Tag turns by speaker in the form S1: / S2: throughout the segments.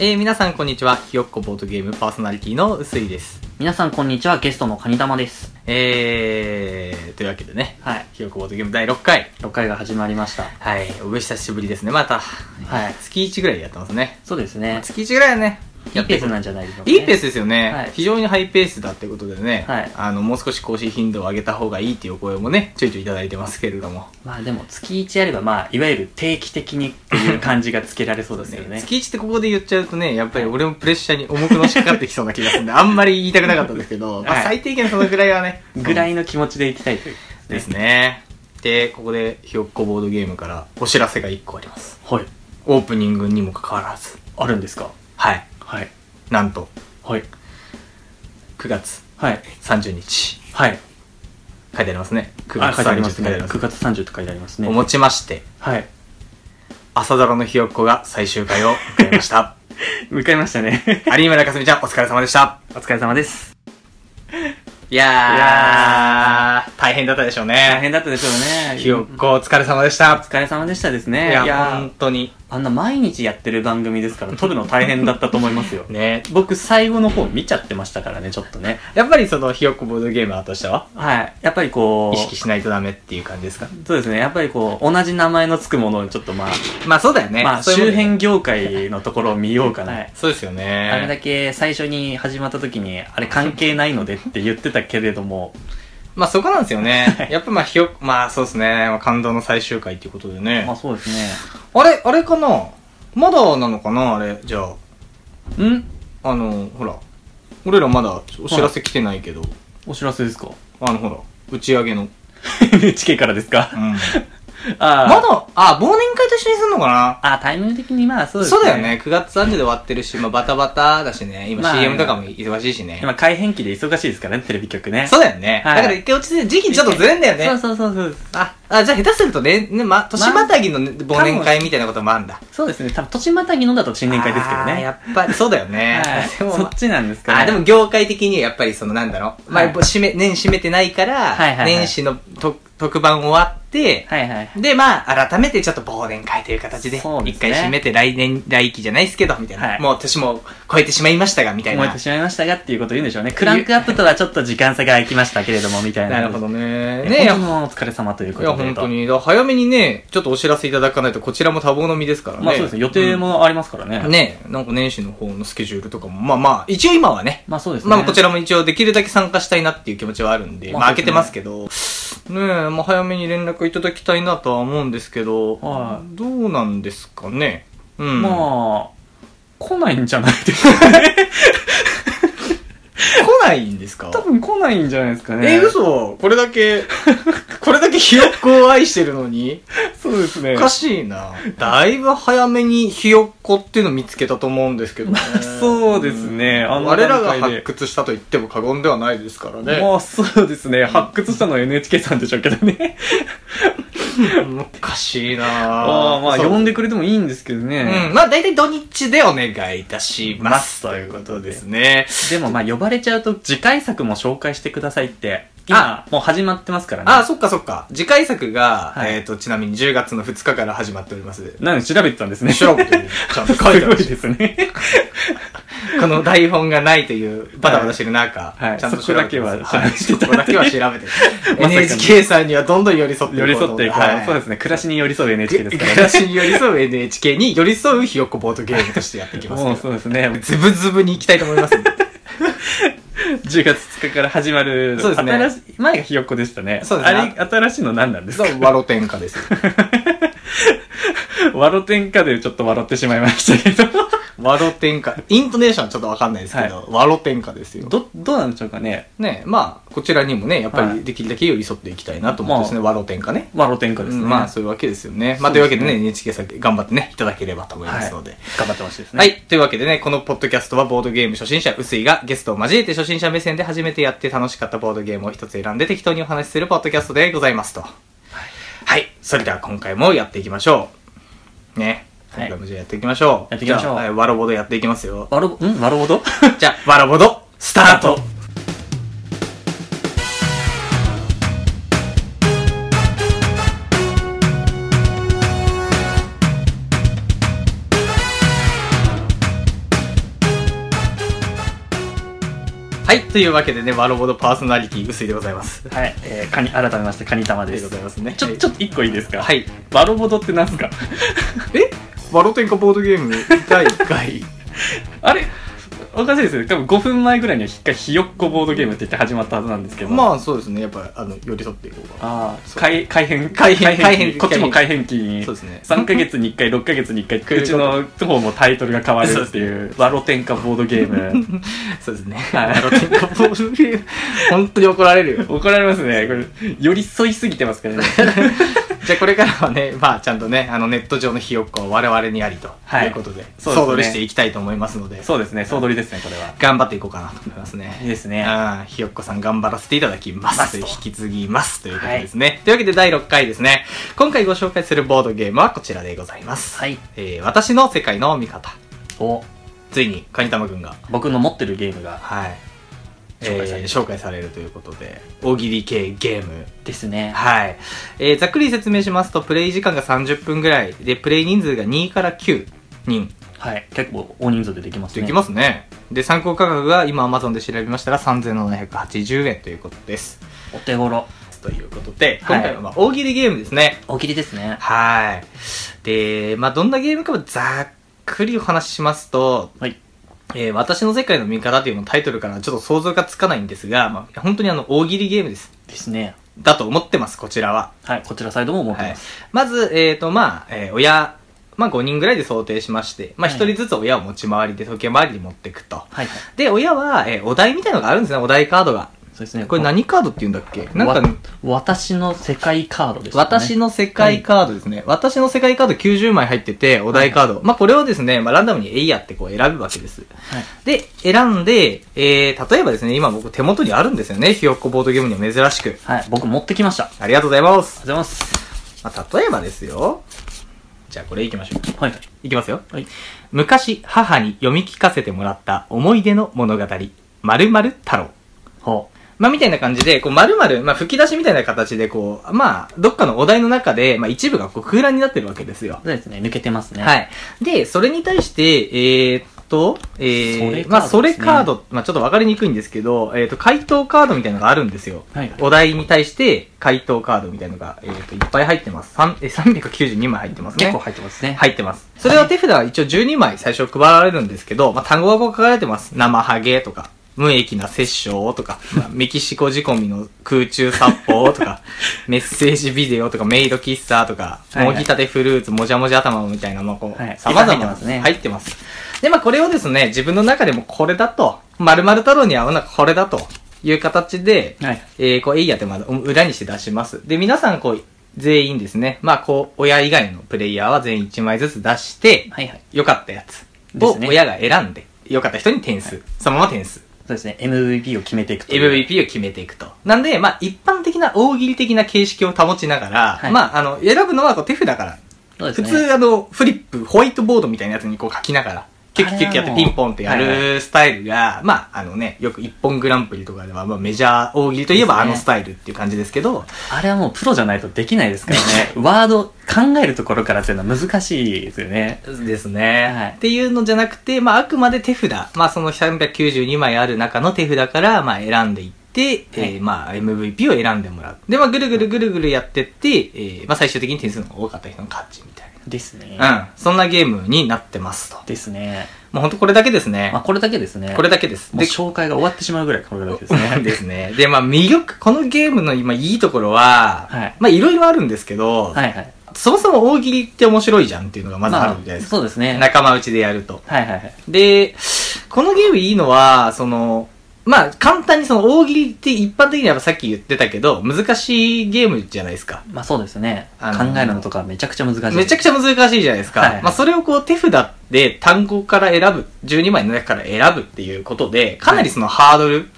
S1: えー皆さんこんにちはひよっこボードゲームパーソナリティのうすいです
S2: 皆さんこんにちはゲストのカニ玉です
S1: えー、というわけでね
S2: はい
S1: ひよっこボードゲーム第6回
S2: 6回が始まりました
S1: はいお久しぶりですねまた
S2: はい
S1: 月1ぐらいでやってますね
S2: そうですね
S1: 月1ぐらいはね
S2: い
S1: や
S2: い
S1: って
S2: ペー
S1: い
S2: ス
S1: く
S2: なんじゃないでしょうか、
S1: いいペー
S2: ス
S1: スですよね、
S2: はい
S1: 非常にハイペースだってことでね、
S2: はい
S1: あのもう少し更新頻度を上げた方がいいっていうお声もねちょいちょいいただいてますけれども
S2: まあでも月1やればまあいわゆる定期的にっていう感じがつけられそうですよね
S1: 月1ってここで言っちゃうとねやっぱり俺もプレッシャーに重くのしかかってきそうな気がするんであんまり言いたくなかったんですけど、ま
S2: は
S1: あ、
S2: い
S1: 最低限そのぐらいはね
S2: ぐら
S1: い
S2: いの気持ちでいきたいという
S1: ですねでここでひよっこボードゲームからお知らせが1個あります
S2: はい
S1: オープニングにもかかわらず
S2: あるんですか
S1: はい
S2: はい
S1: なんと
S2: はい
S1: 9月
S2: はい
S1: 30日
S2: はい
S1: 書いてありますね9
S2: あ
S1: 月
S2: 書いてあり
S1: 30
S2: ま
S1: 日って
S2: す
S1: 書いてあ
S2: ね
S1: ります
S2: 9月30と書いてあります
S1: を
S2: ね
S1: もちまして
S2: はい
S1: 朝ドラのひよっこが最終回を迎えました
S2: 向かいましたね
S1: 有村架純ちゃんお疲れ様でした
S2: お疲れ様です
S1: いやー
S2: いや
S1: 大変だったでしょう
S2: 大
S1: ね
S2: 変だったでしょうね
S1: ひよっこお疲れ様でした
S2: お疲れ様でしたです
S1: い
S2: ね
S1: や
S2: いや
S1: 本当に
S2: あんな毎日やってる番組ですから撮るの大変だったと思いますよ
S1: ね
S2: 僕最後の方見ちゃってましたからねちょっとね
S1: やっぱりそのひよっこボードゲーマーとしては
S2: はいやっぱりこ
S1: 意識
S2: う
S1: しないとダメっていう感じですか
S2: そうですねやっぱりこう同じ名前のつくものをちょっとまあ、
S1: まあそうだよね
S2: まあ
S1: そういうもん
S2: 周
S1: ね
S2: 辺業界のところを見ようかな、
S1: はいそうですよね
S2: あれだけ最初に始まった時にあれ関係ないのでって言ってたけれども
S1: まあそこなんですよねやっぱまあひよまあそうですねまあ感動の最終回っていうことでね
S2: まあそうですね
S1: あれあれかなまだなのかなあれじゃあ
S2: うん
S1: あのほら俺らまだお知らせ来てないけど、
S2: お知ら せですか
S1: あのほら打ち上げの、
S2: NHK からですか、
S1: うん、
S2: あ
S1: ま
S2: あ
S1: だあ忘年会と一緒にするのかな
S2: ああタイミング的にまあそうです
S1: そうだよね9月30で終わってるし、まあ、バタバタだしね今
S2: まあ
S1: CM とかも忙しいしね、
S2: 今改変期で忙しいですからねテレビ局ね
S1: そうだよね、
S2: はい
S1: だから一回落ち着いて時期ちょっとずれんだよね
S2: そうそうそうそう
S1: ああじゃあ下手するとねね、ま、年またぎのね、忘年会みたいなこともあるんだ
S2: そうですね。多分、年またぎのだと新年会ですけど
S1: あー
S2: ね。
S1: やっぱりそうだよね、
S2: はい、
S1: でも、
S2: そっちなんですかね。
S1: あでも、業界的にはやっぱりそのなんだろう、
S2: はい
S1: まあ、締め年締めてないから、
S2: はいはいはい
S1: 年始のと特番終わって、
S2: はいはい。
S1: でまあ改めてちょっと忘年会という形で
S2: そうで
S1: 一
S2: すね
S1: 回締めて来年来期じゃないですけどみたいな、
S2: はい
S1: もう年も超えてしまいましたがみたい
S2: 燃え
S1: な
S2: てしまいましたがっていうことを言うんでしょうね。クランクアップとはちょっと時間差が空きましたけれども、みたいな。
S1: なるほどね
S2: ね
S1: ね
S2: 本当にお疲れ様というこ
S1: いや
S2: とで。
S1: 本当。にだから早めにねちょっとお知らせいただかないとこちらも多忙の身ですからね
S2: まあそうですね。予定もありますからね。
S1: うん ねなんか年始の方のスケジュールとかもまあまあ一応今はね
S2: まあそうですね。
S1: まあこちらも一応できるだけ参加したいなっていう気持ちはあるんで、ま
S2: まあ
S1: あ開けてますけど、ねえ、まあ早めに連絡いただきたいなとは思うんですけど、
S2: は
S1: どうなんですかね。うん。
S2: まあ、来ないんじゃないですかね。
S1: 来ないんですか
S2: 多分来ないんじゃないですかね。
S1: え、嘘これだ け、これだけひよっこを愛してるのに
S2: そうですね
S1: お。かしいな。だいぶ早めにひよっこっていうの見つけたと思うんですけどね。
S2: そうですねあの
S1: 我らが
S2: 段階で
S1: 発掘したと言っても過言ではないですからね。
S2: まあそうですね。発掘したのは NHK さんでしょうけどね。
S1: おかしいな
S2: あ あ、まあ
S1: そう
S2: 呼んでくれてもいいんですけどね。
S1: うん。まあ、大体土日でお願いいたします。ということですね。
S2: でもまあ呼ばれちゃうと次回作も紹介してくださいって今もう始まってますからね
S1: あ、そっかそっか。次回作が、
S2: はい
S1: えっ、と、ちなみに10月の2日から始まっております。
S2: なんで調べてたんですね
S1: 調べてねちゃんと
S2: す
S1: 書
S2: ご
S1: い
S2: い
S1: て あるし。
S2: ですね
S1: この台本がないという、バタバタしてる中、
S2: はい
S1: ちゃんと調べてます
S2: はいそこ
S1: はい
S2: だけは
S1: そこだけは調べて。
S2: まさかの
S1: NHK さんにはどんどん寄り添っていこ
S2: 寄
S1: う
S2: り
S1: と
S2: 添
S1: 思
S2: っていこう、
S1: はい
S2: そうですね暮らしに寄り添う NHK ですか
S1: 暮
S2: ら
S1: ら
S2: ね
S1: しに寄り添う NHK に寄り添うひよっこボードゲームとしてやっていきます
S2: もうそうですね
S1: ズブズブに行きたいと思いますんで
S2: 10月2日から始まる
S1: そうですね
S2: 新しい前がひよっこでしたね
S1: そうですね
S2: あれ新しいの何なんです
S1: そ
S2: か
S1: う、ワロ天下ですよ。
S2: 笑てんかでちょっと笑ってしまいましたけど
S1: ワロ天下。イントネーションちょっとわかんないですけど、ワロ天下ですよ。
S2: どどうなんでしょうかね
S1: ねまあ、こちらにもね、やっぱ
S2: は
S1: り
S2: い
S1: できるだけ寄り添っていきたいなと思ってですね、ワロ天下ね。
S2: 笑てんかですね、
S1: うんまあ、そういうわけですよね。まあ、というわけでね、
S2: そう
S1: NHK さん頑張ってね、いただければと思いますので。
S2: 頑張ってほしいですね
S1: はい。というわけでね、このポッドキャストはボードゲーム初心者、薄井がゲストを交えて初心者目線で初めてやって楽しかったボードゲームを一つ選んで適当にお話しするポッドキャストでございますと。はい。それでは今回もやっていきましょう。ね。
S2: はい
S1: 今回もじゃあやっていきましょう。
S2: やっていきましょう
S1: じゃあはいワロボードやっていきますよ。
S2: わろんわろぼど
S1: じゃあ、わらぼど、 スタートはい、というわけでね、ワロボのパーソナリティ、薄いでございます。
S2: はい、えー、カニ、改めまして、カニ玉
S1: あり
S2: で
S1: がとうご。
S2: す
S1: ざいますね。
S2: ちょ、ちょっと一個いいですか。
S1: はいい。
S2: バロボドってなんすか
S1: えワロテンカボードゲーム第1回。
S2: あれおかしいですよね。多分5分前ぐらいには一回ひよっこボードゲームって言って始まったはずなんですけど。あ。
S1: まあそうですね、やっぱ、あの、寄り添っていこうかな。
S2: あ
S1: そう
S2: あ、改改変。
S1: 改変
S2: 期
S1: 改変期
S2: こっちも改変期に。
S1: そうですね
S2: 3ヶ月に1回、6ヶ 月に1回、うちの方もタイトルが変わるっていう、バロテンカボードゲーム。
S1: そうですね。
S2: はい
S1: ワロテンカボードゲーム、 本当に怒られるよ。
S2: 怒られますね。これ、寄り添いすぎてますから ね。
S1: じゃあこれからはね、まあちゃんとね、あのネット上のひよっこは我々にありと
S2: はい
S1: いうことで、
S2: そうですね
S1: 総取りしていきたいと思いますので、
S2: そうですね、総取りですね、これは。
S1: 頑張っていこうかなと思います
S2: いい
S1: ね。
S2: ですね。
S1: ああひよっこさん頑張らせていただきま
S2: ます
S1: す。
S2: と
S1: 引き継ぎます。ということですね、というわけで第6回ですね。今回ご紹介するボードゲームはこちらでございます。
S2: はい。
S1: えー、私の世界の味方。
S2: お、
S1: ついに、カニタマくんが、
S2: 僕の持ってるゲームが
S1: はい。
S2: 紹介される
S1: えー紹介されるということで、大喜利系ゲーム
S2: ですね。
S1: はい。えーざっくり説明しますと、プレイ時間が30分ぐらいで、プレイ人数が2から9人
S2: はい。結構大人数でできますね。
S1: できますね。で、参考価格が今 Amazon で調べましたら3780円ということです。
S2: お手頃。
S1: ということで、
S2: はい
S1: 今回はまあ大喜利ゲームですね。
S2: 大喜利ですね。
S1: はい。で、まあどんなゲームかもざっくりお話ししますと、
S2: はい。
S1: えー私の世界の見方というのタイトルからちょっと想像がつかないんですが、まあ、本当にあの大喜利ゲームです。
S2: ですね。
S1: だと思ってます、こちらは。
S2: はい。こちらサイドも持って
S1: はい
S2: ます。、
S1: まず、えーとまあえー親、まあ、5人ぐらいで想定しまして、まあ、
S2: は
S1: 1
S2: い
S1: 人ずつ親を持ち回りで時計回りに持っていくと。
S2: はい。はい。
S1: で、親は、えーお題みたいのがあるんですね、お題カードが。
S2: そうですね。
S1: これ何カードって言うんだっけ
S2: わ
S1: なんか、
S2: 私の世界カードですね。
S1: 私の世界カードですね。私の世界カード90枚入ってて、お題カード。まあ、これをですね、まあ、ランダムにえいやってこう選ぶわけです。
S2: はい。
S1: で、選んで、えー、例えばですね、今僕手元にあるんですよね、ひよっこボードゲームには珍しく。
S2: はい。僕持ってきました。あり
S1: ありがとうございます。
S2: がとうございます。
S1: まあ、例えばですよ。じゃあこれいきましょう。
S2: はい。
S1: いきますよ。
S2: はい。
S1: 昔母に読み聞かせてもらった思い出の物語、〇〇太郎。
S2: ほ
S1: まあ、みたいな感じで、こう、〇〇、まあ、吹き出しみたいな形で、こう、まあ、どっかのお題の中で、まあ、一部がこう空欄になってるわけですよ
S2: う。。そうですね。抜けてますね。。
S1: はいい。で、それに対して、えーっと、え
S2: それカードで
S1: ー、
S2: すね
S1: まあ、それカード、まあ、ちょっとわかりにくいんですけど、えーっと、回答カードみたいなのがあるんですよ。
S2: はい。
S1: お題に対して、回答カードみたいなのが、えーっと、いっぱい入ってます。3えー392枚入ってますね。
S2: 結構入ってますね。い。
S1: 入ってます。それは手札は一応12枚最初配られるんですけど、まあ、単語がこう書かれてます。生ハゲとか、無益な殺生とか、まあメキシコ仕込みの空中殺法と か、メッセージビデオとか、メイド喫茶とか、
S2: はいは
S1: も
S2: い
S1: ぎたてフルーツ、もじゃもじゃ頭みたいな、まあ、こう、
S2: はい
S1: 様
S2: いっぱい入ってま
S1: 々
S2: すね
S1: 入ってます。で、まあ、これをですね、自分の中でもこれだと、〇〇太郎に合うのはこれだという形で、
S2: はい。
S1: えー、こう、えいやって、まあ、裏にして出します。で、皆さん、こう、全員ですね。まあ、こう、親以外のプレイヤーは全員1枚ずつ出して、
S2: はいはい。
S1: 良かったやつ
S2: で
S1: を
S2: すね
S1: 親が選んで、良かった人に点数、そのまま点数、
S2: そうですね。MVP を決めていくという。
S1: MVP を決めていくと。なんで、まあ、一般的な大喜利的な形式を保ちながら、
S2: はい
S1: まあ、あの、選ぶのはこう手札から、
S2: そうです
S1: 普
S2: ね。
S1: 通、あの、フリップ、ホワイトボードみたいなやつにこう書きながら、キュッキュッキュッやってピンポンってや
S2: はいは
S1: るスタイルが、まあ、あのね、よく一本グランプリとかでは、まあ、メジャー大喜利といえばあ
S2: ですね
S1: のスタイルっていう感じですけど、
S2: あれはもうプロじゃないとできないですから ね。ワード考えるところからっていうのは難しいですよね。
S1: ですね、
S2: はい
S1: っていうのじゃなくて、まあ、あくまで手札。まあ、その392枚ある中の手札から、まあ、選んでいって、
S2: はい
S1: えーまあ、MVP を選んでもらう。で、まあ、ぐるぐるぐるぐるやってって、えーまあ、最終的に点数の方が多かった人の勝ちみたい
S2: ですね。
S1: な。うん。そんなゲームになってますと。
S2: ですね。
S1: もうほんとこれだけですね
S2: まあ。これだけですね。
S1: これだけです。
S2: もう
S1: で、。
S2: 紹介が終わってしまうぐらいこれだけですね
S1: ですね。で、まあ、魅力、このゲームの今いいところは、
S2: はい
S1: まあ、いろいろあるんですけど、
S2: はいはい。
S1: そもそも大喜利って面白いじゃんっていうのがまずあるじゃないですか。
S2: そうですね。
S1: 仲間内でやると。
S2: はいはいはい。
S1: で、このゲームいいのは、その、まあ、簡単にその大喜利って一般的にはさっき言ってたけど、難しいゲームじゃないですか。
S2: まあそうですね。
S1: あのー
S2: 考えるのとかめちゃくちゃ難しい。
S1: めちゃくちゃ難しいじゃないですか。
S2: はい
S1: まあ、それをこう手札で単語から選ぶ、12枚の中から選ぶっていうことで、かなりそのハードル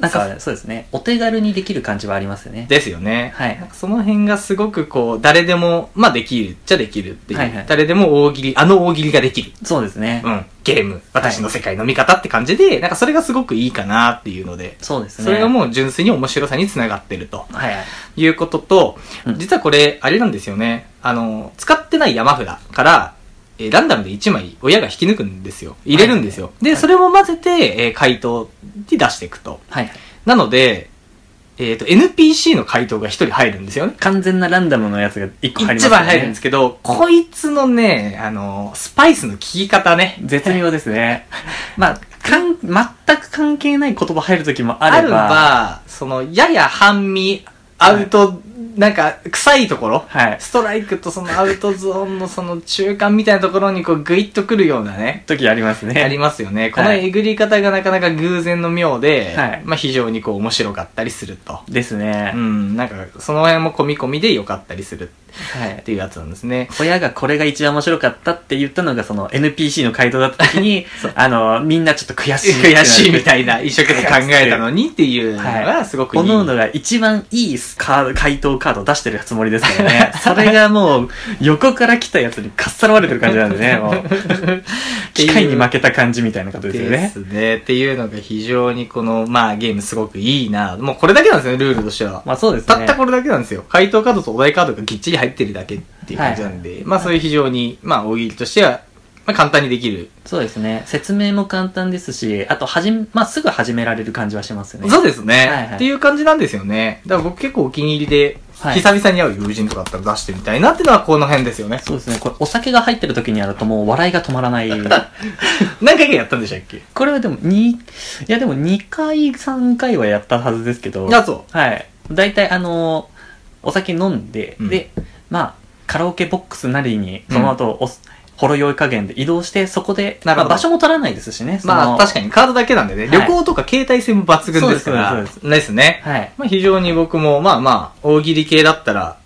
S2: なんかそうですね。お手軽にできる感じはありますよね。
S1: ですよね。
S2: はい
S1: なんかその辺がすごくこう、誰でも、まあできるっちゃできるっていう。
S2: はいはい
S1: 誰でも大喜利、あの大喜利ができる。
S2: そうですね
S1: う。ん。ゲーム、私の世界の見方って感じで、なんかそれがすごくいいかなっていうので。
S2: そうですね。
S1: それが
S2: う。
S1: もう純粋に面白さにつながってると
S2: はいはい。
S1: いうことと
S2: う、ん
S1: 実はこれ、あれなんですよね。あの、使ってない山札から、えーランダムで1枚親が引き抜くんですよ。入れるんですよ。で、それも混ぜて、えー回答に出していくと。
S2: はいはい。
S1: なので、えっ、と、NPC の回答が1人入るんですよね。
S2: 完全なランダムのやつが一個入ります
S1: 一番入るんですけ
S2: け
S1: ど、こいつのね、あの、スパイスの効き方ね。
S2: ど。絶妙ですね。まあ、かん、全く関係ない言葉入る時もあ
S1: あ
S2: れ
S1: れ
S2: ば。
S1: ば、その、やや半身、アウト、なんか、臭いところ、
S2: はい。
S1: ストライクとそ のアウトゾーンのその中間みたいなところにこうグイッとくるようなね、
S2: 時ありますね。
S1: ありますよね。このえぐり方がなかなか偶然の妙で、
S2: はい
S1: まあ非常にこう面白かったりすると。
S2: ですね
S1: う。ん、なんか、その辺も込み込みで良かったりする
S2: は
S1: っ
S2: い。
S1: ていうやつなんですね。
S2: 親がこれが一番面白かったって言ったのがその NPC の回答だった時 に、あの、みんなちょっと悔しいってな
S1: 悔
S2: る。
S1: しいみたいな、一生懸命考えたのにっていうの
S2: は
S1: が
S2: い。
S1: すごくいい。
S2: 各々が一番いいカード回答カードを出してるつもりですから ね。それがもう、横から来たやつにかっさらわれてる感じなんでね、 もう。機械に負けた感じみたいなことですよ
S1: で
S2: ね。
S1: すね。っていうのが非常にこの、まあゲームすごくいいな。もうこれだけなんですよね、ルールとしては。
S2: まあそうですね。
S1: たったこれだけなんですよ。回答カードとお題カードがぎっちり入ってるだけっていう感じなんで、まあそういう非常に、まあ大喜利としては、まあ簡単にできる。
S2: そうですね。説明も簡単ですし、あと、はじめ、まあ、すぐ始められる感じはしますよね。
S1: そうですね、
S2: はいはい
S1: っていう感じなんですよね。だから僕結構お気に入りで、
S2: はい
S1: 久々に会う友人とかだったら出してみたいなっていうのはこの辺ですよね。
S2: そうですね。これ、お酒が入ってる時にやるともう笑いが止まら ない。
S1: 何回かやったんでしたっけ
S2: これはでも、に、いやでも2回、3回はやったはずですけど。
S1: あ、そ
S2: はい。大体、あのお酒飲んで、
S1: うん
S2: で、まあ、カラオケボックスなりに、その後、おほろ酔い加減で移動して、そこで、
S1: なるほど
S2: まあ場所も取らないですしね。
S1: う。まあ確か
S2: か
S1: にカードだけなんでね、
S2: はい
S1: 旅行とか携帯性も抜群ですから。
S2: そうですそう
S1: ですね。
S2: はい。
S1: まあ非常に僕も、まあまあ、大喜利系だったら、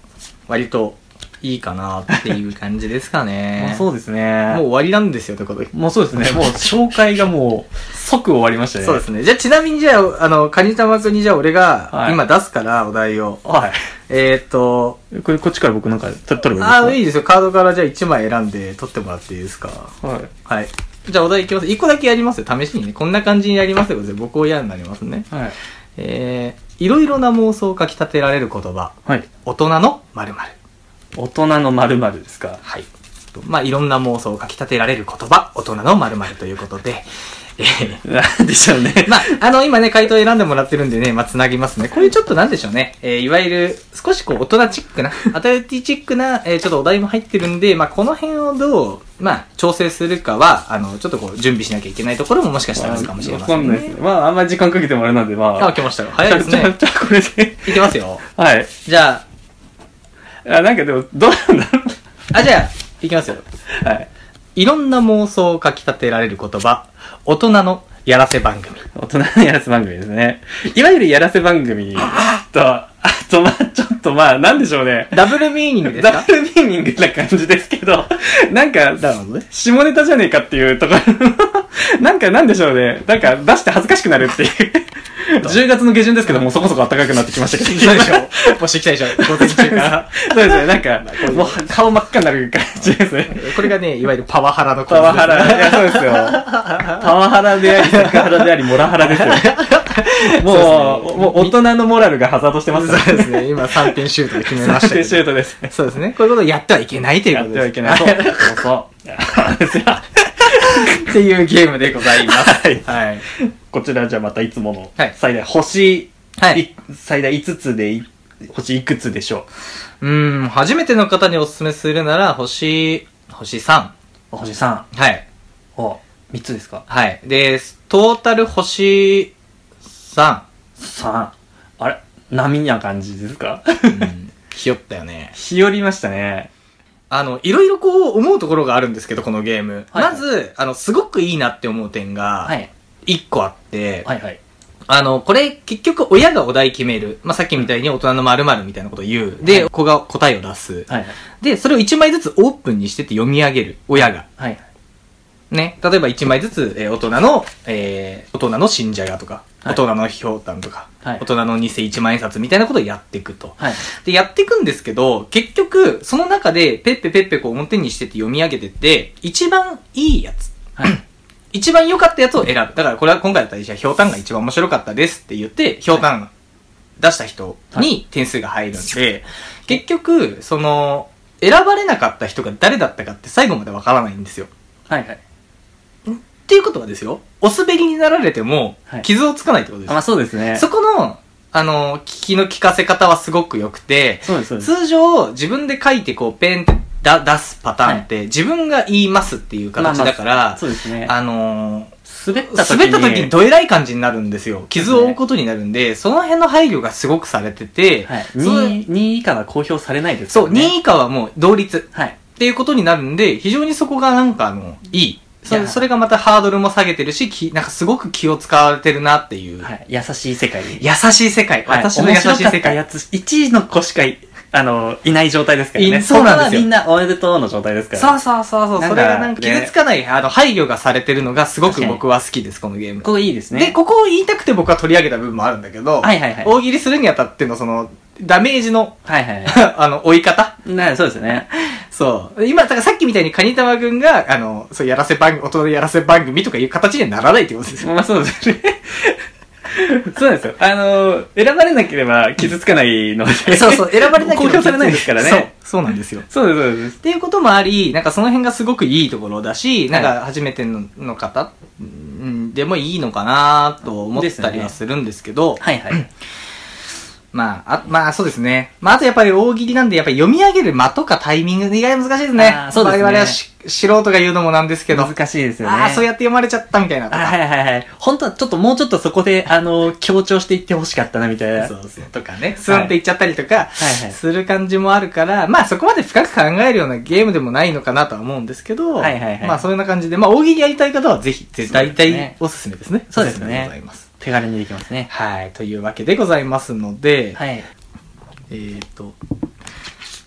S1: 割といいかなっていう感じですかね。
S2: まあそうですね。
S1: もう終わりなんですよ、ということで。
S2: もうそうです ね。もう紹介がもう即終わりましたね。
S1: そうですね。じゃあ、ちなみにじゃあ、あの、カニ玉くんにじゃあ俺が
S2: は、い
S1: 今出すから、お題を。
S2: は
S1: えーっと、
S2: い。これ、こっちから僕なんか取取れ
S1: あ
S2: ば
S1: あ、い
S2: いいで
S1: いですよ。カードからじゃあ1枚選んで取ってもらっていいですか。
S2: すかはい。
S1: はい。じゃあお題いきます。1個だけやりますよ。試しにね。こんな感じにやりますよ。僕を嫌になりますね。
S2: はい。
S1: えー、いろいろな妄想をかき立てられる言葉。
S2: はい。
S1: 大人の〇〇。
S2: 大人の〇〇ですか。
S1: はい。まあ、いろんな妄想をかき立てられる言葉、大人の〇〇ということで、えー
S2: なん でしょうね。
S1: まあ、あの、今ね、回答選んでもらってるんでね、まあ、つなぎますね。これちょっとなんでしょうね。えーいわゆる、少しこう、大人チッ クな、アダルティチックな、えーちょっとお題も入ってるんで、まあ、この辺をどう、まあ、調整するかは、あの、ちょっとこう、準備しなきゃいけないところももしかしたらあるかもしれません
S2: わかんない
S1: ね
S2: で。すね。まあ、あんまり時間かけてもあれなんで、まあ。
S1: あ、来ましたよ。早いです ね。
S2: じゃあ、じゃあこれで。
S1: いきますよ。
S2: はい。
S1: じゃあ、
S2: あなんかでも、どうなんだろ
S1: あ、じゃあ、いきますよ。
S2: う。はい。
S1: いろんな妄想をかき立てられる言葉、大人のやらせ番組。
S2: 大人のやらせ番組ですね。いわゆるやらせ番組と、あと、まあ、ちょっとまあ、なんでしょうね。
S1: ダブルミーニングです
S2: ダ
S1: か
S2: ブルミーニングな感じですけど、 なんか、
S1: なるほどね。
S2: 下ネタじゃねえかっていうところ なんかなんでしょうね。なんか出して恥ずかしくなるっていう。10月 の下旬ですけど、もうそこそこ暖かくなってきましたけど。
S1: そうでしょもうしてきたでしょ午前中から。
S2: そうですね。なんか、もう顔真っ赤になる感じですね。
S1: えーこれがね、いわゆるパワハラの構
S2: パ
S1: 図
S2: ワハラ。いや、そう ですよ。パワハラであり、セクハラであり、モラハラ ですよ。もう、
S1: そうですね
S2: もう大人のモラルがハザードしてます
S1: そうですね。今3点シュートで決めましたけ
S2: シュ
S1: ど。
S2: ートですね。
S1: そうですね。こういうことをやってはいけないというこ
S2: やっ
S1: と
S2: て
S1: です。
S2: はいけない。そう。そうそうですよ。
S1: っていうゲームでございます。
S2: はい
S1: はい。
S2: こちらじゃあまたいつもの
S1: はい
S2: 最大星、
S1: はい
S2: 最大5つでい星いくつでしょ
S1: うーん、初めての方にお勧めするなら、星、星3。
S2: う星3
S1: はい。
S2: お3つですか
S1: はい。で、トータル星3。
S2: 3あれ波な感じです か
S1: うん、ひよったよね。
S2: 日和りましたね
S1: あの、いろいろこう思うところがあるんですけど、このゲーム。
S2: はいはい
S1: まず、あの、すごくいいなって思う点
S2: は
S1: が、
S2: い
S1: 1個あって、
S2: はいはい
S1: あの、これ、結局、親がお題決める。まあ、さっきみたいに大人の〇〇みたいなことを言う。で、子が答えを出す。
S2: はい
S1: で、それを1枚ずつオープンにしてって読み上げる。親が。
S2: はい
S1: ね。例えば1枚ずつ、えー大人の、えー大人の信者がとか、
S2: は
S1: 大
S2: い
S1: 人のひょうたんとか、
S2: はい
S1: 大人の偽1万円札みたいなことをやっていくと。
S2: はい
S1: で、やっていくんですけど、結局、その中で、ペッペペッペこう表にしてって読み上げてって、一番いいやつ。
S2: はい
S1: 一番良かったやつを選ぶ。だからこれは今回だったら、じゃあ、ひょうたんが一番面白かったですって言って、ひょうたん出した人
S2: は
S1: に点数が入るんで、結局、その、選ばれなかった人が誰だったかって最後までわからないんですよ。
S2: はいはい。
S1: っていうことはですよ、お滑りになられても
S2: はい、
S1: 傷をつかない ってことで
S2: あ
S1: す。
S2: まあそうですね。
S1: そこの、あの、聞きの聞かせ方はすごく良くて、
S2: そうです、そうです。
S1: 通常、自分で書いてこう、ペンってだ出すパターンって、自分が言いますっていう形だから、
S2: まあまあそうですね。
S1: あの
S2: 滑っ
S1: ー
S2: た時
S1: 滑
S2: に。
S1: った時にどえらい感じになるんですよ。傷を負うことになるんで、その辺の配慮がすごくされてて、
S2: はい、
S1: その
S2: 2, 2以下は公表されないです
S1: そう、
S2: ね。
S1: 2以下はもう同率
S2: はい。
S1: っていうことになるんで、非常にそこがなんかあの、いい。
S2: い
S1: そ
S2: や
S1: それがまたハードルも下げてるし、きなんかすごく気を使われてるなっていう。
S2: はい。優しい世界に。
S1: 優しい世界。
S2: はい
S1: 私の優しい
S2: 面白か
S1: 世
S2: った
S1: 界。
S2: やつ、1位の子しかい、あの、いない状態ですからね。
S1: いそうなんですよ
S2: 他はみんなおめでとうの状態ですから。
S1: そうそうそうそう。
S2: なんか
S1: それがなんか
S2: ね
S1: 傷つかない、あの、配慮がされてるのがすご
S2: 確
S1: く
S2: かに
S1: 僕は好きです、このゲーム。
S2: ここいいですね。
S1: で、ここを言いたくて僕は取り上げた部分もあるんだけど、
S2: はいはいはい。
S1: 大喜利するにあたってのその、ダメージの、
S2: はいはいは
S1: あの、追い方
S2: い。なそうですね。
S1: そう。今、だからさっきみたいにカニタマくんが、あの、そう、やらせ番組、大人やらせ番組とかいう形にはならないってことですよ。
S2: まあそうですね。そうなんですよ。あの、選ばれなければ傷つかないので。
S1: そうそう、選ば れなきゃ
S2: 公表されないですからね。
S1: そう、そうなんですよ。っ
S2: そうです、そうです。
S1: ていうこともあり、なんかその辺がすごくいいところだし、なんか初めてのの方うんでもいいのかなと思ったりはするんですけど、
S2: はいはい。
S1: まあ、あ、まあそうですね。まああとやっぱり大喜利なんで、やっぱり読み上げる間とかタイミングが意外に難しいですね
S2: あ。ーそうですね
S1: 我々はし素人が言うのもなんですけど、
S2: 難しいですよね。
S1: ああ、そうやって読まれちゃったみたいなと
S2: あ
S1: か。
S2: はいはいはい。本当はちょっともうちょっとそこで、あの、強調していってほしかったな、みたいな。
S1: そうそう。とかね、スンっていっちゃったりとか、
S2: はいはい
S1: する感じもあるから、まあそこまで深く考えるようなゲームでもないのかなとは思うんですけど、
S2: はいはいはい
S1: まあそういうような感じで、まあ大喜利やりたい方はぜひ、絶対
S2: そうですね
S1: おすすめですね。
S2: そうですね
S1: おすすめございます。
S2: 手軽にできますね。
S1: はい、というわけでございますので、
S2: はい。
S1: えーと、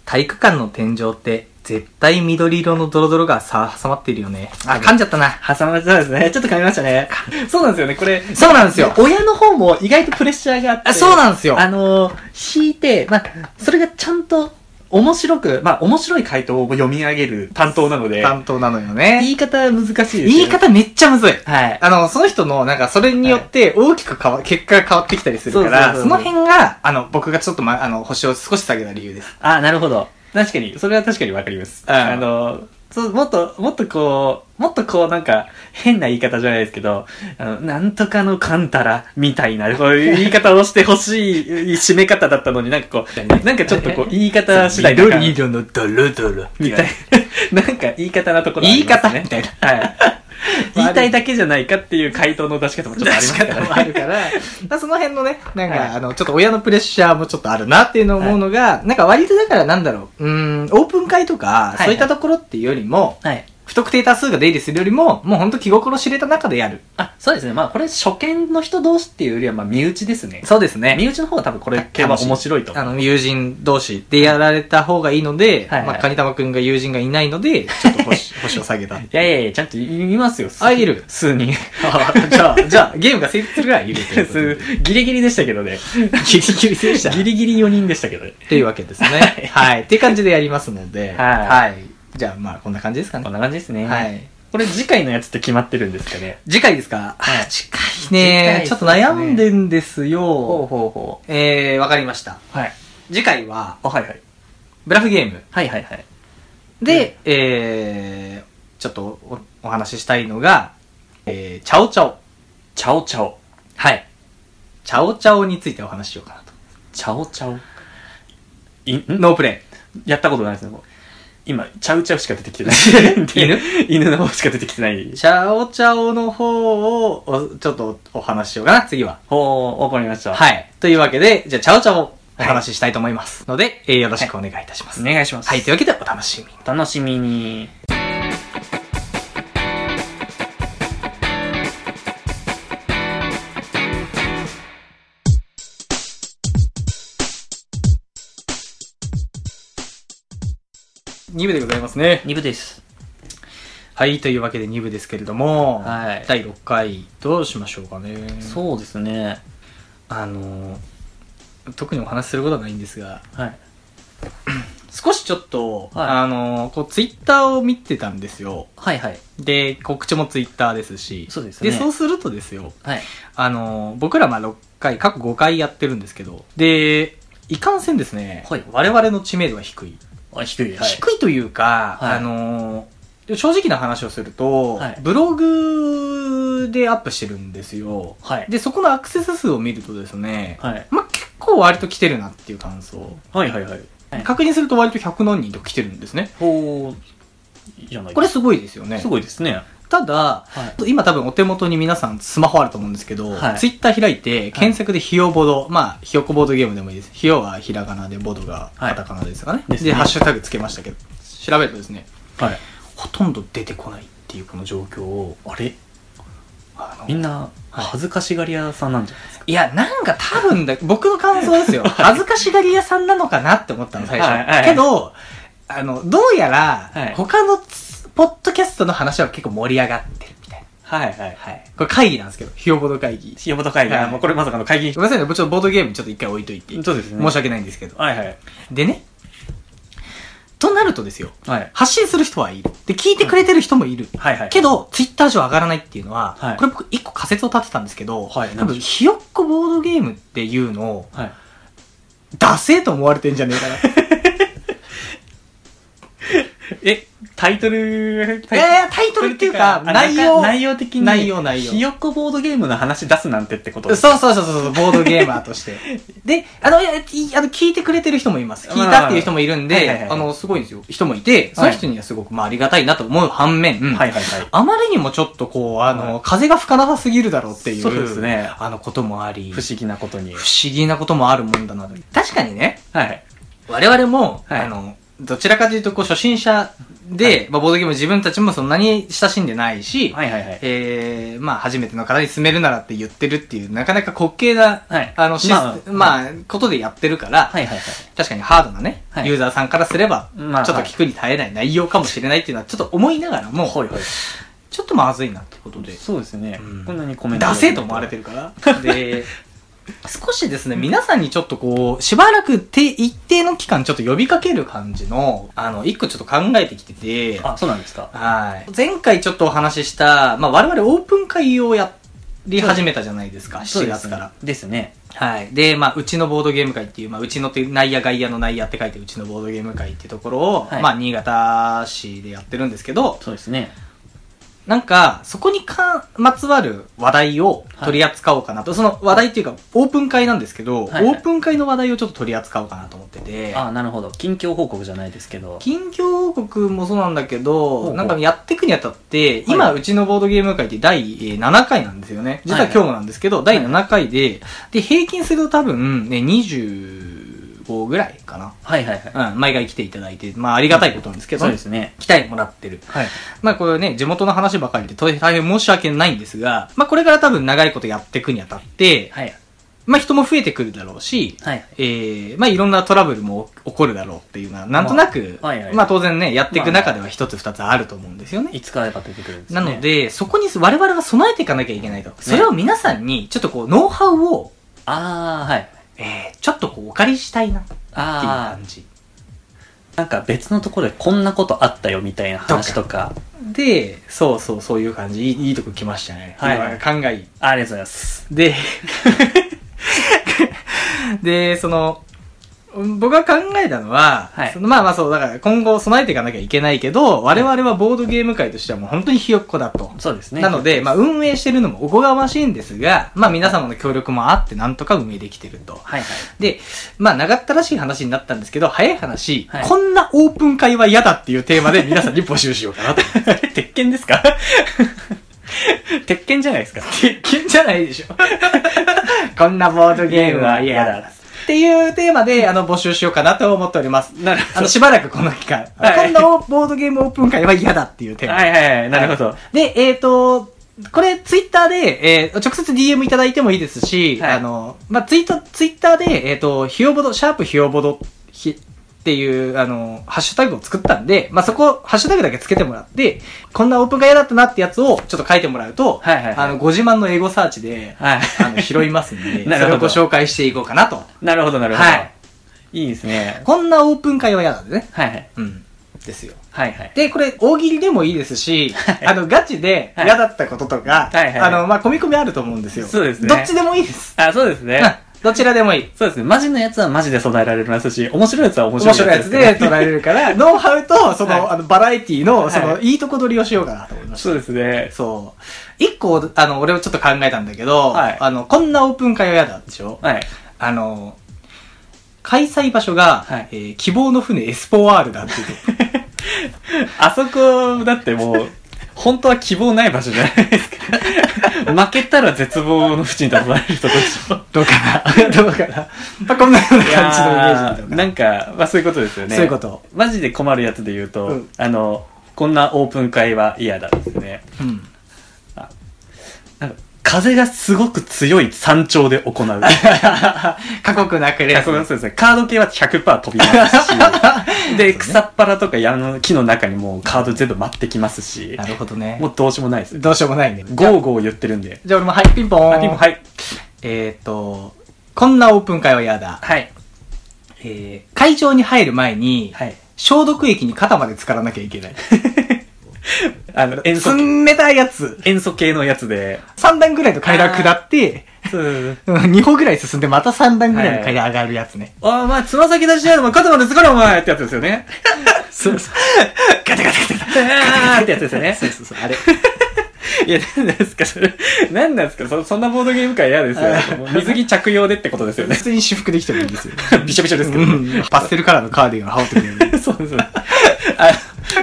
S1: 体育館の天井って、絶対緑色のドロドロがさ、挟まっているよね。あ、噛んじゃったな。
S2: 挟まれそうですね。ちょっと噛みましたね。そうなんですよね、これ。
S1: そうなんですよ。
S2: 親の方も意外とプレッシャーがあって。
S1: あそうなんですよ。
S2: あのー、引いて、まあ、それがちゃんと面白く、まあ、面白い回答を読み上げる担当なので、
S1: 担当なのよね。
S2: 言い方難しいですよね。
S1: 言い方めっちゃむずい。
S2: はい。
S1: あの、その人の、なんか、それによって大きく変わ、結果が変わってきたりするから、
S2: そ
S1: そ
S2: うそうそうそう
S1: の辺が、あの、僕がちょっと、ま、あの、星を少し下げた理由です。
S2: あ、なるほど。確かに、それは確かにわかります。
S1: うん
S2: あの、そう、もっと、もっとこう、もっとこうなんか、変な言い方じゃないですけど、あの、なんとかのカンタラみたいな、こういう言い方をしてほしい締め方だったのになんかこう、なんかちょっとこう、言い方次第とか
S1: 色のドロドロ。み
S2: みた
S1: た
S2: い
S1: い
S2: な、なんか言い方なとこ
S1: な。
S2: ろあ
S1: 言
S2: り
S1: い
S2: ま
S1: 方
S2: すね。
S1: みたいな。
S2: はい。言いたいだけじゃないかっていう回答の出し方もちょっとありますからね。
S1: もあるから、まあその辺のね、なんか、
S2: はい
S1: あの、ちょっと親のプレッシャーもちょっとあるなっていうのを思うのが、なんか割とだからなんだろう、うーん、オープン会とか、
S2: いはい
S1: そういったところっていうよりも、
S2: はい。
S1: 不特定多数が出入りするよりも、もうほんと気心知れた中でやる。
S2: あ、そうですね。まあ、これ初見の人同士っていうよりは、まあ、身内ですね。
S1: そうですね。
S2: 身内の方が多分これ系は面白いと思
S1: あ
S2: う。
S1: の、友人同士でやられた方がいいので、
S2: はいはい
S1: まあ、カニタマくんが友人がいないの で、ちょっと星星を下げた。
S2: いやいやいや、ちゃんといますよ。
S1: あいる
S2: 数人。
S1: じゃあ、 じゃあ、ゲームが成立するぐらいいるということで
S2: 数、 ギリギリでしたけどね。
S1: ギリギリでした。
S2: ギリギリ4人でしたけどね。
S1: っていうわけです ね。はい。っていう感じでやりますので、
S2: はい
S1: いじゃあ、まあ、こんな感じですか
S2: こん
S1: ね。
S2: な感じですね。
S1: は。い。
S2: これ次回のやつって決まってるんですかね。
S1: 次回ですか、
S2: はい
S1: あ次回
S2: 次回
S1: ね
S2: ですね
S1: ちょっと悩んでんですよ。
S2: ほうほ
S1: えー、わかりました。
S2: う。はい。
S1: 次回は、
S2: あ、はいはい。
S1: ブラフゲーム。
S2: はいはいはい。
S1: で、えー、ちょっとおお話ししたいのが、えー、チャオチャオ。
S2: チャオチャオ。
S1: はい。チャオチャオについてお話ししようかなと。
S2: チャオチャオ。い、ん
S1: ノープレ
S2: やったことないですね、もう今、チャウチャウしか出てきてない。 犬犬の方しか出てきてない
S1: イ。。チャオチャオの方を、おちょっとお話ししようかな、次は。
S2: ほう、わかりました。い。
S1: はい。というわけで、じゃあ、チャオチャオをお話ししたいと思います。ので、えーよろしくお願いいたします。
S2: お
S1: はい、
S2: 願いします。
S1: というわけで、お楽しみに。
S2: 楽しみに。
S1: 2部でございますね。
S2: 2部です。
S1: はい、というわけで2部ですけれども、
S2: はい
S1: 第6回、どうしましょうかね。
S2: そうですね。
S1: あのー特にお話しすることはないんですが、
S2: はい。
S1: 少しちょっと、
S2: はい
S1: あのーこう、ツイッターを見てたんですよ。
S2: はいはい。
S1: で、告知もツイッターですし。
S2: そうですね
S1: そうするとですよ、
S2: はい。
S1: あのー僕らまあ6回、過去5回やってるんですけど、で、いかんせんですね、
S2: はい
S1: 我々の知名度は低い。
S2: あ低い。はい。
S1: 低いというか、
S2: はい
S1: あのー正直な話をすると、
S2: はい
S1: ブログでアップしてるんですよ。
S2: はい。
S1: で、そこのアクセス数を見るとですね、
S2: はい。
S1: まあ、結構割と来てるなっていう感想。
S2: はいはいはい。はい
S1: 確認すると割と100何人とか来てるんですね。
S2: ほう、いいじゃない
S1: これすごいですよね
S2: す。ごいですね。
S1: ただ、
S2: はい。
S1: 今多分お手元に皆さんスマホあると思うんですけど、
S2: はい
S1: ツイッター開いて、検索でひよボド、まあ、ひよこボードゲームでもいいです。ひよはひらがなで、ボドがカタカナですかね。
S2: ですね
S1: で、ハッシュタグつけましたけど、調べるとですね、
S2: はい。
S1: ほとんど出てこないっていうこの状況を、
S2: あれ
S1: あの
S2: みんな、
S1: はい
S2: 恥ずかしがり屋さんなんじゃないですか。
S1: いや、なんか多分だ、僕の感想ですよ。恥ずかしがり屋さんなのかなって思ったの、最初。
S2: はいはい
S1: けど、あの、どうやら、
S2: はい
S1: 他のつポッドキャストの話は結構盛り上がってるみたいな。
S2: はいはい。
S1: はい。これ会議なんですけど、ひよぼど会議。
S2: 呼ばと会議。
S1: はい
S2: あもうこれまさかの会議。
S1: ごめんなさいね、ちょっとボードゲームちょっと一回置いといて。
S2: そうですね。
S1: 申し訳ないんですけど。
S2: はいはい。
S1: でね。となるとですよ。
S2: はい。
S1: 発信する人はいる。で、聞いてくれてる人もいる。
S2: はいはい。
S1: けど、ツイッター上上がらないっていうのは、
S2: はい
S1: これ僕一個仮説を立てたんですけど、
S2: はい
S1: 多分、ひよっこボードゲームっていうのを、
S2: はい。
S1: ダセーと思われてんじゃねえかな。
S2: え、タイトル、タイトル
S1: えー、タイトルっていうか、
S2: あ
S1: 内容。
S2: 内容的に。
S1: 内容内容
S2: ひよっこボードゲームの話出すなんてってこと
S1: そうそうそうそうそう、ボードゲーマーと して。で、あの、いやいあの聞いてくれてる人もいます。聞いたっていう人もいるん
S2: まあはいはいは
S1: で
S2: い、
S1: あの、すごいんですよ。人もいて、その人にはすごく、まあ、ありがたいなと思う反面、
S2: はいはいはい。
S1: あまりにもちょっとこう、あの、
S2: は
S1: 風が吹かなさすぎるだろうっていう、
S2: そうですね
S1: あのこともあり、
S2: 不思議なことに。
S1: 不思議なこともあるもんだなと。確かにね、
S2: はい。
S1: 我々も、
S2: はい
S1: あの、どちらかというと、こう、初心者で、
S2: はい
S1: まあ、ボードゲーム自分たちもそんなに親しんでないし、
S2: はいはいはい。
S1: えー、まあ、初めての方に勧めるならって言ってるっていう、なかなか滑稽な、
S2: はい
S1: あの、シス
S2: まあ
S1: まあ、ことでやってるから、
S2: はいはいはい。
S1: 確かにハードなね、
S2: はい
S1: ユーザーさんからすれば、
S2: まあ
S1: ちょっと聞くに耐えない内容かもしれないっていうのは、ちょっと思いながらも、
S2: はいはい。
S1: ちょっとまずいなってことで、
S2: そうですね
S1: うん。
S2: こんなにコメント。
S1: ダセーと思われてる から。で、少しですね、皆さんにちょっとこう、しばらくて一定の期間ちょっと呼びかける感じの、あの、一個ちょっと考えてきてて、
S2: あ、そうなんですか。
S1: はい。前回ちょっとお話しした、まあ我々オープン会をやり始めたじゃないですか、7月から。
S2: ですね。
S1: はい。で、まあ、うちのボードゲーム会っていう、まあ、うちのって、内野外野の内野って書いて、うちのボードゲーム会っていうところを、
S2: はい
S1: まあ、新潟市でやってるんですけど、
S2: そうですね。
S1: なんか、そこにか、まつわる話題を取り扱おうかなと、その話題っていうか、オープン会なんですけど、
S2: はいはい
S1: オープン会の話題をちょっと取り扱おうかなと思ってて、
S2: あ、なるほど。近況報告じゃないですけど。
S1: 近況報告もそうなんだけ
S2: ほう
S1: ど、なんかやっていくにあたって、
S2: はい
S1: 今、うちのボードゲーム会って第えー7回なんですよね。実は今日もなんですけど、
S2: い
S1: 第7回で、で、平均すると多分、ね、25ぐらいか
S2: はいはいはい。
S1: な。うん、毎回来ていただいて、まあありがたいことなんですけど、
S2: そうですね。
S1: 来てもらってる。
S2: はい。
S1: まあこれね、地元の話ばかりで大変申し訳ないんですが、まあこれから多分長いことやっていくにあたって、
S2: はい。
S1: まあ人も増えてくるだろうし、
S2: はい。
S1: えー、まあいろんなトラブルも起こるだろうっていうのは、なんとなく、
S2: まあはいはい
S1: まあ当然ね、やっていく中では一つ二つあると思うんですよね。
S2: いつかえば出てくるんです
S1: な
S2: ね。
S1: の、で、そこに我々は備えていかなきゃいけないと。それを皆さんに、ちょっとこう、ノウハウを、
S2: あー、はい。
S1: えー、ちょっとこう、お借りしたいなっていう
S2: あ
S1: 感じ。
S2: ー、なんか別のところでこんなことあったよみたいな話とか。
S1: で、そうそう、そういう感じ。いいいいとこ来ましたね。
S2: はい
S1: 今考えいい
S2: ありがとうございます。
S1: で、で、その、僕が考えたのは、
S2: はい
S1: そのまあまあそう、だから今後備えていかなきゃいけないけど、我々はボードゲーム界としてはもう本当にひよっこだと。
S2: そうですね。
S1: なので、まあ運営してるのもおこがましいんですが、まあ皆様の協力もあってなんとか運営できてると。
S2: はいはい。
S1: で、まあ長ったらしい話になったんですけど、早い話、
S2: はい
S1: こんなオープン会は嫌だっていうテーマで皆さんに募集しようかなと。
S2: 鉄拳ですか鉄拳じゃないですか。
S1: 鉄拳じゃないでしょ。 こんなボードゲームは嫌だ。っていうテーマで、あの、募集しようかなと思っております。
S2: なる
S1: あ
S2: ほ
S1: の、
S2: ど。
S1: しばらくこの期間、
S2: はい
S1: こんなおボードゲームオープン会は嫌だっていうテーマ。
S2: はいはいはい、なるほど。
S1: で、えっ、と、これ、ツイッターで、えー、直接 DM いただいてもいいですし、
S2: はい
S1: あの、まあ、ツイート、ツイッターで、えっ、と、ひよぼど、シャープひよぼど、ひ、っていう、あの、ハッシュタグを作ったんで、まあ、そこ、ハッシュタグだけつけてもらって、こんなオープン会嫌だったなってやつを、ちょっと書いてもらうと、
S2: はいはいはい
S1: あの、ご自慢の英語サーチで、
S2: はい。
S1: あの、拾いますんで、そ
S2: なる
S1: れ
S2: ほ
S1: をご
S2: ど
S1: 紹介していこうかなと。
S2: なるほど、なるほど。
S1: はい
S2: い。いですね。
S1: こんなオープン会は嫌なんでね。
S2: はいはい。
S1: うん。ですよ。
S2: はいはい。
S1: で、これ、大喜利でもいいですし、あの、ガチで
S2: はい
S1: 嫌だったこととか、
S2: はいはい
S1: あの、まあ、込み込みあると思うんですよ。
S2: そうですね
S1: どっちでもいいです。
S2: あ、そうですね。
S1: うんどちらでもいい。
S2: そうですね。マジのやつはマジで備えられますし、面白いやつは面白
S1: 面
S2: い
S1: 白いや
S2: やつ
S1: つで捉
S2: ら
S1: えれる から、ノウハウと、その、
S2: はい
S1: あの、バラエティの、その、、
S2: はい
S1: いとこ取りをしようかなと思いました。
S2: そうですね。
S1: そう。一個、あの、俺はちょっと考えたんだけど、
S2: はい
S1: あの、こんなオープン会は嫌だでしょ
S2: はい。
S1: あの、開催場所が、
S2: はい
S1: えー希望の船エスポワールだって言って
S2: あそこ、だってもう、本当は希望ない場所じゃないですか。負けたら絶望の淵に立たされるとこでしょ。
S1: どうかな どうかな、まあ、こんなような感じのイメージだ
S2: いや
S1: と
S2: ー
S1: か
S2: なんか、まあそういうことですよね。
S1: そういうこと。
S2: マジで困るやつで言うと、
S1: うん
S2: あの、こんなオープン会は嫌だですね。
S1: うん。
S2: なんか、風がすごく強い山頂で行う。
S1: 過酷なクレ
S2: いや
S1: ー
S2: そう
S1: ス。
S2: そうですね。カード系は100%飛び ますし、で、草っぱらとか山の木の中にもうカード全部待ってきますし
S1: な、るほどね。
S2: もうどうしようもないです。
S1: どうしようもないね。
S2: ゴーゴー言ってるんで。
S1: じゃあ俺もはい、ピンポーン。
S2: あ、ピンポン、はい。
S1: えっ、ー、と、こんなオープン会は嫌だ。
S2: はい。
S1: えー、会場に入る前に、
S2: はい。
S1: 消毒液に肩まで浸からなきゃいけない。
S2: あの、塩素、
S1: 冷たいやつ。
S2: 塩素系のやつで、
S1: 3段ぐらいの階段下って、
S2: そう。
S1: 2歩ぐらい進んでまた3段ぐらいの階段上がるやつね。
S2: あ、 お前、つま先立ちなの、お前、肩までつかろ、お前ってやつですよ ね。
S1: そうそう。ガタガタガタガ
S2: あーってやつですよ
S1: タ。
S2: ね。
S1: そうそうそう、あれ。
S2: いや、何なんですか、それ。何なんですか、そそんなボードゲーム会嫌ですよ。もう水着着用でってことですよね
S1: 普。通に修復できてもいいんですよ。
S2: びしょびしょですけ
S1: う
S2: ど。
S1: んパステルカラーのカーディガンを羽織ってくれ る。
S2: そうです。あ、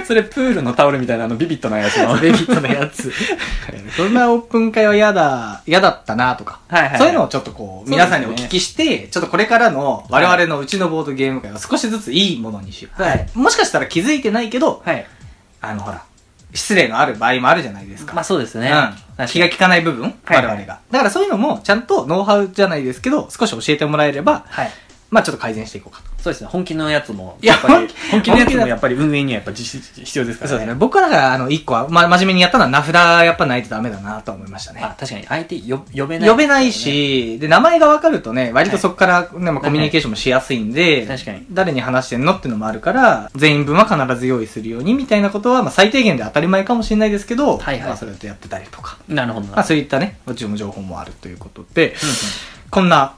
S2: それプールのタオルみたいなあのビ ビットなやつの。
S1: ベビットのやつ。 そんなオープン会は嫌だ、嫌だったなとか。
S2: はいはい
S1: そういうのをちょっとこう、
S2: そうで
S1: 皆
S2: すね
S1: さんにお聞きして、ちょっとこれからの我々のうちのボードゲーム会を少しずついいものにしよう。
S2: はい
S1: もしかしたら気づいてないけど、
S2: はい。
S1: あのほら、失礼のある場合もあるじゃないですか。
S2: まあそうですね。
S1: うん、気が利かない部分、
S2: はいはい
S1: 我々が。だからそういうのも、ちゃんとノウハウじゃないですけど、少し教えてもらえれば、
S2: はい。
S1: まあちょっと改善していこうかと。
S2: そうですね。本気のやつも。
S1: いや
S2: っぱり
S1: 本
S2: 本
S1: 気
S2: 気
S1: のや
S2: のや
S1: つ
S2: つ
S1: も
S2: もやっぱり運営にはやっぱ実施必要ですからね。
S1: そうですね。僕はだから、あの、一個は、ま、真面目にやったのは名札やっぱないとダメだなと思いましたね。
S2: あ、確かに相手よ呼べない、
S1: 呼べない。し、で、名前が分かるとね、割とそこから、ねまあコミュニケーションもしやすいんで、
S2: はい確かに
S1: 誰に話してんのってのもあるから、全員分は必ず用意するようにみたいなことは、まあ、最低限で当たり前かもしれないですけど、
S2: はいはい
S1: まあ、それとやってたりとか、
S2: なるほどな。
S1: まあ、そういったね、もちろん情報もあるということで、こんな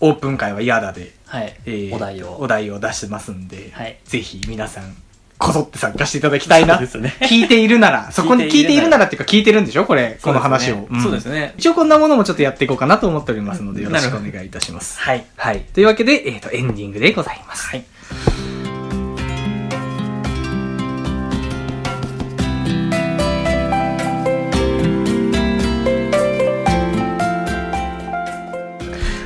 S1: オープン会は嫌だで、
S2: はい、
S1: えー
S2: お題を。
S1: お題を出してますんで、
S2: はい
S1: ぜひ皆さん、こぞって参加していただきたいな。
S2: そうですね
S1: 聞いているなら、そこに聞
S2: 聞
S1: い
S2: い
S1: て
S2: て
S1: い
S2: い
S1: る
S2: る
S1: な
S2: な
S1: らっていうか聞いてるんでしょこれ、この話を。ん
S2: そうですね。
S1: 一応こんなものもちょっとやっていこうかなと思っておりますので、よろしくお
S2: なる
S1: 願いいたします。
S2: はい。
S1: はい。というわけで、えっ、と、エンディングでございます。
S2: はい。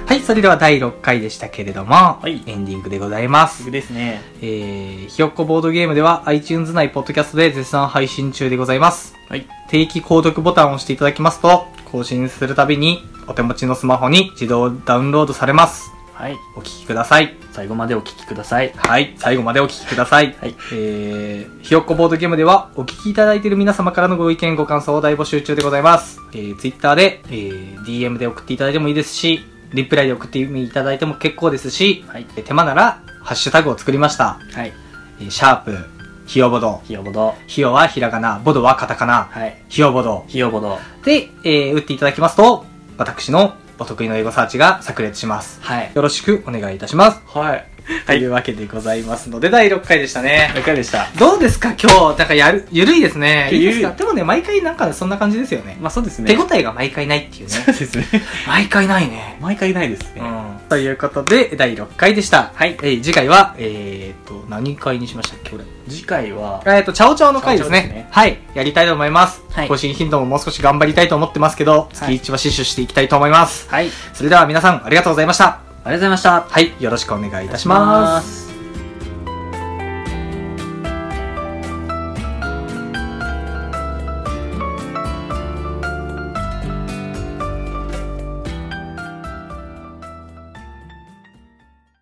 S1: はい、それでは第6回でしたけれども、
S2: い
S1: エンディングでございます。
S2: 僕ですね。
S1: えー、ひよっこボードゲームでは iTunes 内ポッドキャストで絶賛配信中でございます。
S2: はい。
S1: 定期購読ボタンを押していただきますと、更新するたびにお手持ちのスマホに自動ダウンロードされます。
S2: はい。
S1: お聞きください。
S2: 最後までお聞きください。
S1: はい、最後までお聞きください。
S2: はい
S1: えー、ひよっこボードゲームでは、お聞きいただいている皆様からのご意見、ご感想を大募集中でございます。えー、Twitter で、えー、DM で送っていただいてもいいですし、リプライで送っていただいても結構ですし、
S2: はい。
S1: えー手間なら、ハッシュタグを作りました。
S2: はい。
S1: えー、シャープ、ひよぼど。
S2: ひよぼど。
S1: ひよはひらがな、ぼどはカタカナ、
S2: はい。
S1: ひよぼど。
S2: ひよぼど。
S1: で、えー、打っていただきますと、私のお得意の英語サーチが炸裂します。
S2: はい。
S1: よろしくお願いいたします。
S2: はい。
S1: というわけでございますので、第6回でしたね。
S2: いかがでした
S1: どうですか今日、なんかやる、ゆるいですね。いい
S2: ゆ
S1: で
S2: るい
S1: すかでもね、毎回なんかそんな感じですよね。
S2: まあそうですね。
S1: 手応えが毎回ないっていうね
S2: そ。うですね。
S1: 毎回ないね。
S2: 毎回ないです
S1: う
S2: ね。
S1: ん。ということで、第6回でした。はい。えー次回は、えーっと、何回にしましたっけ、これ。
S2: 次回は、
S1: えーっと、チャオチャオの回ですね。
S2: チャオチャオですね
S1: はい。やりたいと思います。
S2: はい
S1: 更新頻度ももう少し頑張りたいと思ってますけど、月1は死守していきたいと思います。
S2: はい。あり
S1: それでは皆さん、ありがとうございました。
S2: がとうございました。
S1: はい。よろしくお願いいたし
S2: しま
S1: ます。
S2: す。